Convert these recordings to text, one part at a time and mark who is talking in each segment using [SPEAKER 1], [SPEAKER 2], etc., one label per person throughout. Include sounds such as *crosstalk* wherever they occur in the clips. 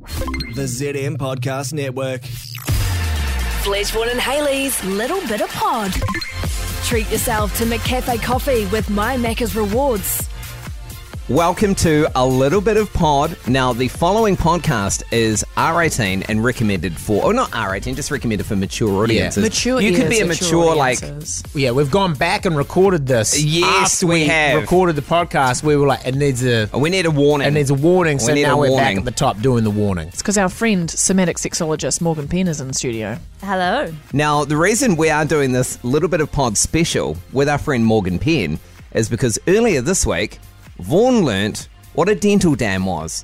[SPEAKER 1] The ZM Podcast Network.
[SPEAKER 2] Fledgeborn and Haley's Little Bit of Pod. Treat yourself to McCafe coffee with My Macca's Rewards.
[SPEAKER 3] Welcome to A Little Bit of Pod. Now, the following podcast is R18 and recommended for, or not R18, just recommended for mature audiences.
[SPEAKER 4] Mature
[SPEAKER 3] You could
[SPEAKER 4] ears,
[SPEAKER 3] be a mature, like,
[SPEAKER 4] audiences.
[SPEAKER 5] Yeah, we've gone back and recorded this.
[SPEAKER 3] Yes,
[SPEAKER 5] after
[SPEAKER 3] we have.
[SPEAKER 5] recorded the podcast. We were like, it needs a
[SPEAKER 3] we need a warning.
[SPEAKER 5] it needs a warning.
[SPEAKER 3] We
[SPEAKER 5] so
[SPEAKER 3] need
[SPEAKER 5] now
[SPEAKER 3] a
[SPEAKER 5] we're back
[SPEAKER 3] warning.
[SPEAKER 5] at the top doing the warning.
[SPEAKER 6] It's because our friend, somatic sexologist Morgan Penn, is in the studio.
[SPEAKER 7] Hello.
[SPEAKER 3] Now, the reason we are doing this little bit of pod special with our friend Morgan Penn is because earlier this week, Vaughn learnt what a dental dam was.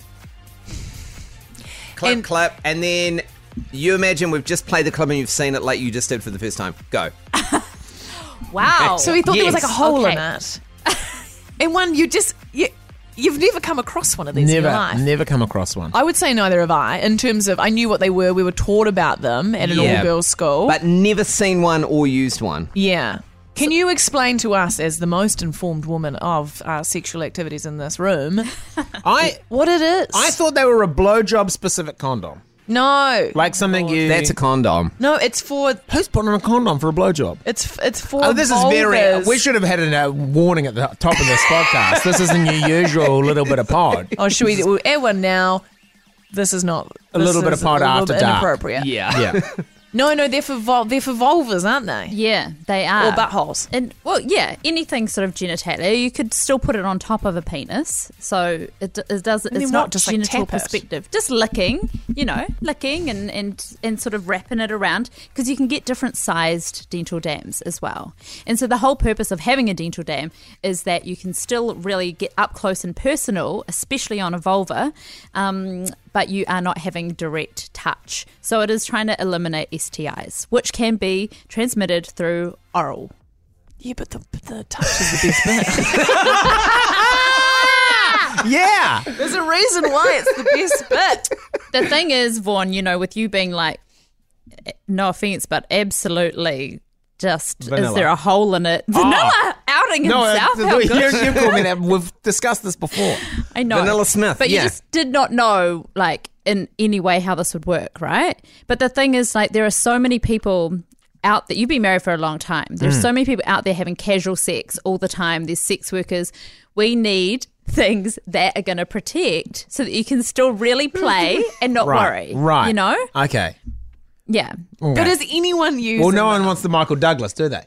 [SPEAKER 3] Clip, clip, and then you imagine we've just played the clip and you've seen it like you just did for the first time. Go.
[SPEAKER 7] Wow.
[SPEAKER 6] So he thought there was like a
[SPEAKER 3] Yes.
[SPEAKER 6] hole in
[SPEAKER 7] Okay.
[SPEAKER 6] it. *laughs* and one you just, you, you've never come across one of these in your
[SPEAKER 5] Never,
[SPEAKER 6] life.
[SPEAKER 5] never come across one.
[SPEAKER 6] I would say neither have I, in terms of I knew what they were. We were taught about them at an
[SPEAKER 3] Yeah.
[SPEAKER 6] all girls school.
[SPEAKER 3] But never seen one or used one.
[SPEAKER 6] yeah. Can you explain to us, as the most informed woman of uh, sexual activities in this room,
[SPEAKER 5] I
[SPEAKER 6] what it is?
[SPEAKER 5] I thought they were a blowjob specific condom,
[SPEAKER 6] *laughs* no,
[SPEAKER 5] like something you.
[SPEAKER 3] That's a condom.
[SPEAKER 6] no, it's for
[SPEAKER 5] who's putting on a condom for a blowjob?
[SPEAKER 6] it's it's for.
[SPEAKER 5] Oh, this is very.
[SPEAKER 6] vulvas.
[SPEAKER 5] We should have had a uh, warning at the top of this podcast. This isn't your usual little bit of pod.
[SPEAKER 6] Oh, should
[SPEAKER 5] *laughs*
[SPEAKER 6] we we'll air one now? This is not
[SPEAKER 5] A
[SPEAKER 6] this
[SPEAKER 5] little bit
[SPEAKER 6] is
[SPEAKER 5] of part
[SPEAKER 6] a little
[SPEAKER 5] after
[SPEAKER 6] bit
[SPEAKER 5] dark.
[SPEAKER 6] Inappropriate.
[SPEAKER 3] Yeah.
[SPEAKER 5] Yeah,
[SPEAKER 3] *laughs*
[SPEAKER 6] No, no, they're for vol- they're for vulvas, aren't they?
[SPEAKER 7] Yeah, they are.
[SPEAKER 6] Or buttholes.
[SPEAKER 7] And well, yeah, anything sort of genitalia, you could still put it on top of a penis. So it, d- it does.
[SPEAKER 6] mean, what?
[SPEAKER 7] it's not
[SPEAKER 6] Just, like,
[SPEAKER 7] genital
[SPEAKER 6] tap it?
[SPEAKER 7] perspective. Just licking, you know, licking and and and sort of wrapping it around because you can get different sized dental dams as well. And so the whole purpose of having a dental dam is that you can still really get up close and personal, especially on a vulva. Um, but you are not having direct touch. So it is trying to eliminate STIs, which can be transmitted through oral.
[SPEAKER 6] Yeah, but the, but the touch is the best bit.
[SPEAKER 5] yeah.
[SPEAKER 6] *laughs* There's a reason why it's the best bit.
[SPEAKER 7] *laughs* the thing is, Vaughn, you know, with you being like, no offense, but absolutely just,
[SPEAKER 5] Vanilla. Oh.
[SPEAKER 7] is there a hole in it? Vanilla outing
[SPEAKER 5] No, uh,
[SPEAKER 7] himself.
[SPEAKER 5] *laughs*
[SPEAKER 7] How
[SPEAKER 5] you,
[SPEAKER 7] good.
[SPEAKER 5] you called me that. We've discussed this before.
[SPEAKER 7] I know.
[SPEAKER 3] Vanilla Smith,
[SPEAKER 7] But
[SPEAKER 3] yeah.
[SPEAKER 7] you just did not know, like, in any way how this would work, right? But the thing is, like, there are so many people out that you've been married for a long time.
[SPEAKER 3] Mm.
[SPEAKER 7] There's so many people out there having casual sex all the time. There's sex workers. We need things that are going to protect so that you can still really play and
[SPEAKER 3] *laughs*
[SPEAKER 7] not
[SPEAKER 5] Right,
[SPEAKER 7] worry.
[SPEAKER 5] right.
[SPEAKER 7] You know?
[SPEAKER 5] Okay.
[SPEAKER 7] Yeah.
[SPEAKER 6] But is anyone using?
[SPEAKER 5] Well, no one wants the Michael Douglas, do they?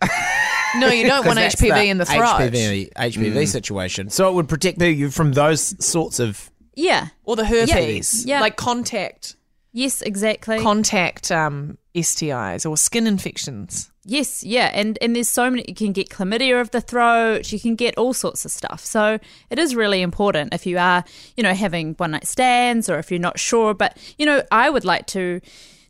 [SPEAKER 6] no, you
[SPEAKER 3] *laughs*
[SPEAKER 6] don't want
[SPEAKER 5] That's
[SPEAKER 6] HPV in the Mm. throat
[SPEAKER 5] HPV, HPV situation. So it would protect you from those sorts of.
[SPEAKER 7] Yeah.
[SPEAKER 6] or the herpes,
[SPEAKER 7] Yeah.
[SPEAKER 6] like contact
[SPEAKER 7] Yes, exactly.
[SPEAKER 6] contact um, STIs or skin infections.
[SPEAKER 7] yes, yeah. And and there's so many you can get chlamydia of the throat, you can get all sorts of stuff. So it is really important if you are, you know, having one night stands or if you're not sure, but you know, I would like to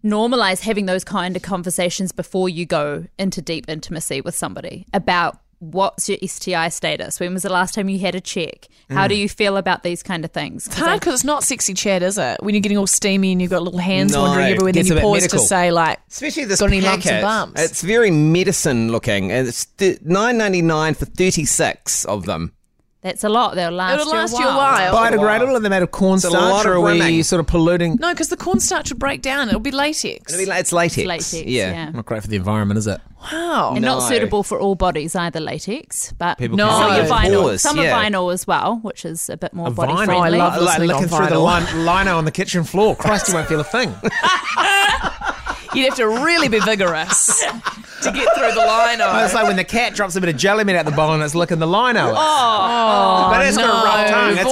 [SPEAKER 7] normalize having those kind of conversations before you go into deep intimacy with somebody about what's your STI status? When was the last time you had a check? How do you feel about these kind of things? 'Cause
[SPEAKER 6] It's hard because it's not sexy chat, is it? When you're getting all steamy and you've got little hands
[SPEAKER 3] No,
[SPEAKER 6] wandering everywhere, then
[SPEAKER 3] gets
[SPEAKER 6] you
[SPEAKER 3] a bit
[SPEAKER 6] pause
[SPEAKER 3] medical.
[SPEAKER 6] to say like,
[SPEAKER 3] Especially this
[SPEAKER 6] got any lumps and
[SPEAKER 3] packet.
[SPEAKER 6] bumps?
[SPEAKER 3] It's very medicine looking. and It's th- nine ninety nine for thirty six of them.
[SPEAKER 7] That's a lot. They'll last,
[SPEAKER 6] It'll last you a while.
[SPEAKER 5] Biodegradable and they're made of
[SPEAKER 3] lot
[SPEAKER 5] cornstarch,
[SPEAKER 3] of
[SPEAKER 5] or are we
[SPEAKER 3] rimming.
[SPEAKER 5] sort of polluting?
[SPEAKER 6] No, because the cornstarch would break down. It'll be latex.
[SPEAKER 3] It'll be like- It's latex.
[SPEAKER 7] Latex.
[SPEAKER 3] yeah.
[SPEAKER 7] yeah.
[SPEAKER 5] Not great for the environment, is it?
[SPEAKER 6] wow.
[SPEAKER 7] and not
[SPEAKER 3] No.
[SPEAKER 7] suitable for all bodies either latex but
[SPEAKER 3] People
[SPEAKER 6] No.
[SPEAKER 7] some
[SPEAKER 6] can
[SPEAKER 7] are
[SPEAKER 6] say
[SPEAKER 7] vinyl
[SPEAKER 3] pores,
[SPEAKER 7] some
[SPEAKER 3] yeah.
[SPEAKER 7] are vinyl as well which is a bit more
[SPEAKER 5] A
[SPEAKER 7] body
[SPEAKER 5] vinyl.
[SPEAKER 7] friendly
[SPEAKER 6] Oh, I love
[SPEAKER 5] like
[SPEAKER 6] listening
[SPEAKER 5] looking
[SPEAKER 6] on
[SPEAKER 5] through the
[SPEAKER 6] vinyl.
[SPEAKER 5] lin- lino on the kitchen
[SPEAKER 6] *laughs*
[SPEAKER 5] floor. Christ, you won't feel a thing.
[SPEAKER 3] *laughs*
[SPEAKER 6] You'd have to really be vigorous. to get through the line
[SPEAKER 5] Oh,
[SPEAKER 6] of.
[SPEAKER 5] it's like when the cat drops a bit of jelly meat out the bowl and it's licking the line out. Oh, but it's got a rough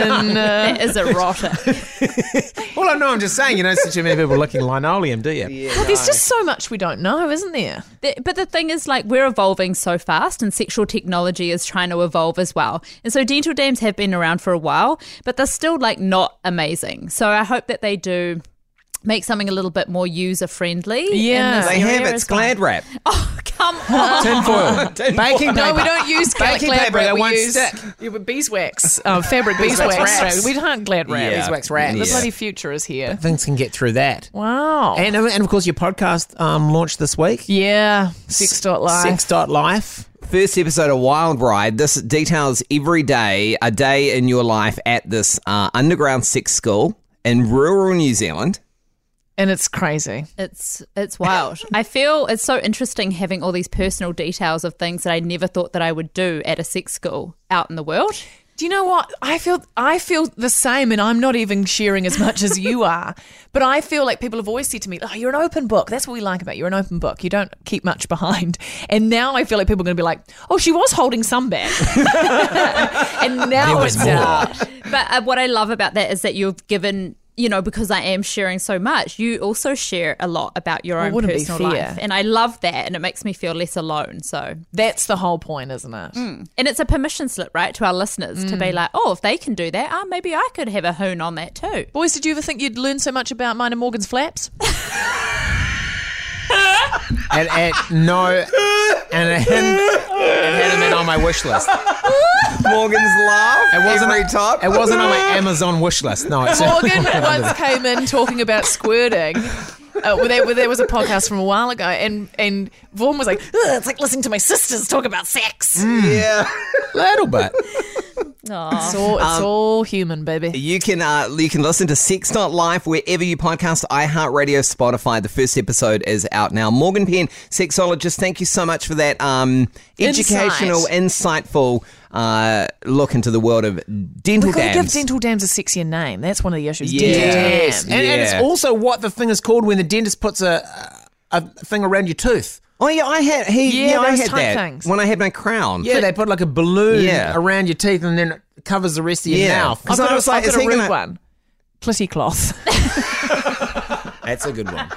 [SPEAKER 5] tongue. It's got a rough tongue.
[SPEAKER 7] That is erotic.
[SPEAKER 5] Well, I know. I'm just saying. You know, such many people licking linoleum, do you?
[SPEAKER 6] Well, there's just so much we don't know, isn't there?
[SPEAKER 7] The- but the thing is, like, we're evolving so fast, and sexual technology is trying to evolve as well. And so, dental dams have been around for a while, but they're still like not amazing. So, I hope that they do make something a little bit more user friendly.
[SPEAKER 6] Yeah.
[SPEAKER 3] They have it's glad wrap.
[SPEAKER 7] Oh, Come on.
[SPEAKER 6] *laughs*
[SPEAKER 5] Tinfoil, baking paper.
[SPEAKER 6] No, we don't use glad
[SPEAKER 5] Baking
[SPEAKER 6] glad
[SPEAKER 5] paper,
[SPEAKER 6] wrap.
[SPEAKER 5] they
[SPEAKER 6] We
[SPEAKER 5] won't
[SPEAKER 6] use
[SPEAKER 5] stick.
[SPEAKER 6] Yeah, but beeswax, *laughs* uh, fabric beeswax. wraps. We can't glad wrap.
[SPEAKER 3] Yeah.
[SPEAKER 6] Beeswax wrap. The
[SPEAKER 3] Yeah.
[SPEAKER 6] bloody future is here.
[SPEAKER 5] Things can get through that.
[SPEAKER 6] Wow.
[SPEAKER 5] And and of course, your podcast um, launched this week.
[SPEAKER 6] yeah, six dot live.
[SPEAKER 5] Six dot life.
[SPEAKER 3] First episode of Wild Ride. This details every day, a day in your life at this uh, underground sex school in rural New Zealand.
[SPEAKER 6] and it's crazy.
[SPEAKER 7] It's it's wild. I feel it's so interesting having all these personal details of things that I never thought that I would do at a sex school out in
[SPEAKER 6] *laughs*
[SPEAKER 7] the world.
[SPEAKER 6] Do you know what? I feel I feel the same and I'm not even sharing as much as you are. *laughs* But I feel like people have always said to me, Oh, you're an open book. That's what we like about you. You're an open book. You don't keep much *laughs* behind. And now I feel like people are gonna be like, Oh, she was holding some back. *laughs* and now
[SPEAKER 5] was
[SPEAKER 6] it's
[SPEAKER 5] more.
[SPEAKER 6] not.
[SPEAKER 7] But uh, what I love about that is that you've given, you know, because I am sharing so much, you also share a lot about your
[SPEAKER 6] Well,
[SPEAKER 7] own
[SPEAKER 6] wouldn't be
[SPEAKER 7] personal
[SPEAKER 6] fair.
[SPEAKER 7] life, and I love that, and it makes me feel less alone. So,
[SPEAKER 6] That's the whole point, isn't it?
[SPEAKER 7] and it's a permission slip, right, to our listeners to be
[SPEAKER 6] Mm.
[SPEAKER 7] like, oh, if they can do that, ah, maybe I could have a hoon on that too.
[SPEAKER 6] Boys, did you ever think you'd learn so much about mine and Morgan's flaps?
[SPEAKER 5] And, and no, and it hadn't, it hadn't been on my wish list.
[SPEAKER 3] Morgan's laugh.
[SPEAKER 5] It wasn't
[SPEAKER 3] every time.
[SPEAKER 5] It wasn't on my Amazon wish list. No, it's
[SPEAKER 6] Morgan *laughs* once came in talking about squirting. Uh, well, there, well, there was a podcast from a while ago, and and Vaughan was like, "Ugh, "It's like listening to my sisters talk about sex."
[SPEAKER 3] Yeah.
[SPEAKER 5] little bit.
[SPEAKER 7] Aw.
[SPEAKER 6] Oh, It's all,
[SPEAKER 3] Um,
[SPEAKER 6] it's all human, baby.
[SPEAKER 3] You can uh, you can listen to Sex Not Life wherever you podcast, iHeartRadio, Spotify. The first episode is out now. Morgan Penn, sexologist, thank you so much for that um, educational, insightful uh, look into the world of dental
[SPEAKER 6] We've got to give
[SPEAKER 3] dams.
[SPEAKER 6] dental dams a sexier name. That's one of the issues.
[SPEAKER 3] Yeah.
[SPEAKER 6] Dental
[SPEAKER 3] Yes.
[SPEAKER 6] dam.
[SPEAKER 5] And, and it's
[SPEAKER 3] Yeah.
[SPEAKER 5] also what the thing is called when the dentist puts a a a thing around your tooth.
[SPEAKER 3] oh yeah, I had he,
[SPEAKER 6] Yeah,
[SPEAKER 3] yeah, I
[SPEAKER 6] those
[SPEAKER 3] had
[SPEAKER 6] type
[SPEAKER 3] that
[SPEAKER 6] things.
[SPEAKER 3] when I had my crown.
[SPEAKER 5] Yeah, they put like a balloon
[SPEAKER 3] Yeah.
[SPEAKER 5] around your teeth and then it covers the rest of your
[SPEAKER 3] Yeah.
[SPEAKER 5] mouth.
[SPEAKER 6] I've
[SPEAKER 3] So
[SPEAKER 6] got,
[SPEAKER 3] I
[SPEAKER 6] a-
[SPEAKER 3] was like,
[SPEAKER 6] I've
[SPEAKER 3] is
[SPEAKER 6] got a
[SPEAKER 3] he
[SPEAKER 6] rude
[SPEAKER 3] gonna-
[SPEAKER 6] one. Clitty cloth.
[SPEAKER 5] That's a good one.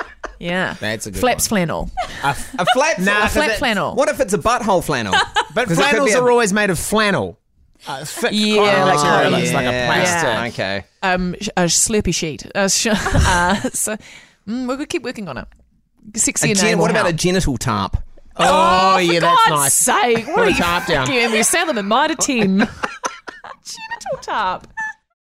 [SPEAKER 6] *laughs* yeah.
[SPEAKER 5] That's a good
[SPEAKER 6] Flaps flannel.
[SPEAKER 3] A flat,
[SPEAKER 5] Nah,
[SPEAKER 3] flannel.
[SPEAKER 5] flap
[SPEAKER 6] flannel.
[SPEAKER 3] What if it's a butthole flannel?
[SPEAKER 5] *laughs* But
[SPEAKER 3] 'Cause it could
[SPEAKER 5] flannels
[SPEAKER 3] be a-
[SPEAKER 5] are always made of flannel. Uh, thick
[SPEAKER 6] Yeah,
[SPEAKER 5] cotton
[SPEAKER 6] like
[SPEAKER 5] material.
[SPEAKER 6] cotton.
[SPEAKER 5] It's like a
[SPEAKER 3] Yeah.
[SPEAKER 5] plastic.
[SPEAKER 6] Yeah.
[SPEAKER 3] Okay.
[SPEAKER 6] Um, sh- a slurpy sheet. Uh, sh- *laughs* uh, so, mm, we're going to keep working on it. Sexier
[SPEAKER 3] A
[SPEAKER 6] name.
[SPEAKER 3] gen-
[SPEAKER 6] will
[SPEAKER 3] what about a
[SPEAKER 6] help.
[SPEAKER 3] genital tarp?
[SPEAKER 5] Oh, yeah,
[SPEAKER 6] For
[SPEAKER 5] that's
[SPEAKER 6] God's
[SPEAKER 5] nice.
[SPEAKER 6] sake. What
[SPEAKER 5] Put
[SPEAKER 6] are
[SPEAKER 5] a
[SPEAKER 6] you
[SPEAKER 5] tarp
[SPEAKER 3] *laughs*
[SPEAKER 5] down.
[SPEAKER 6] fucking- We sell them in Mitre 10. *laughs* Genital tarp.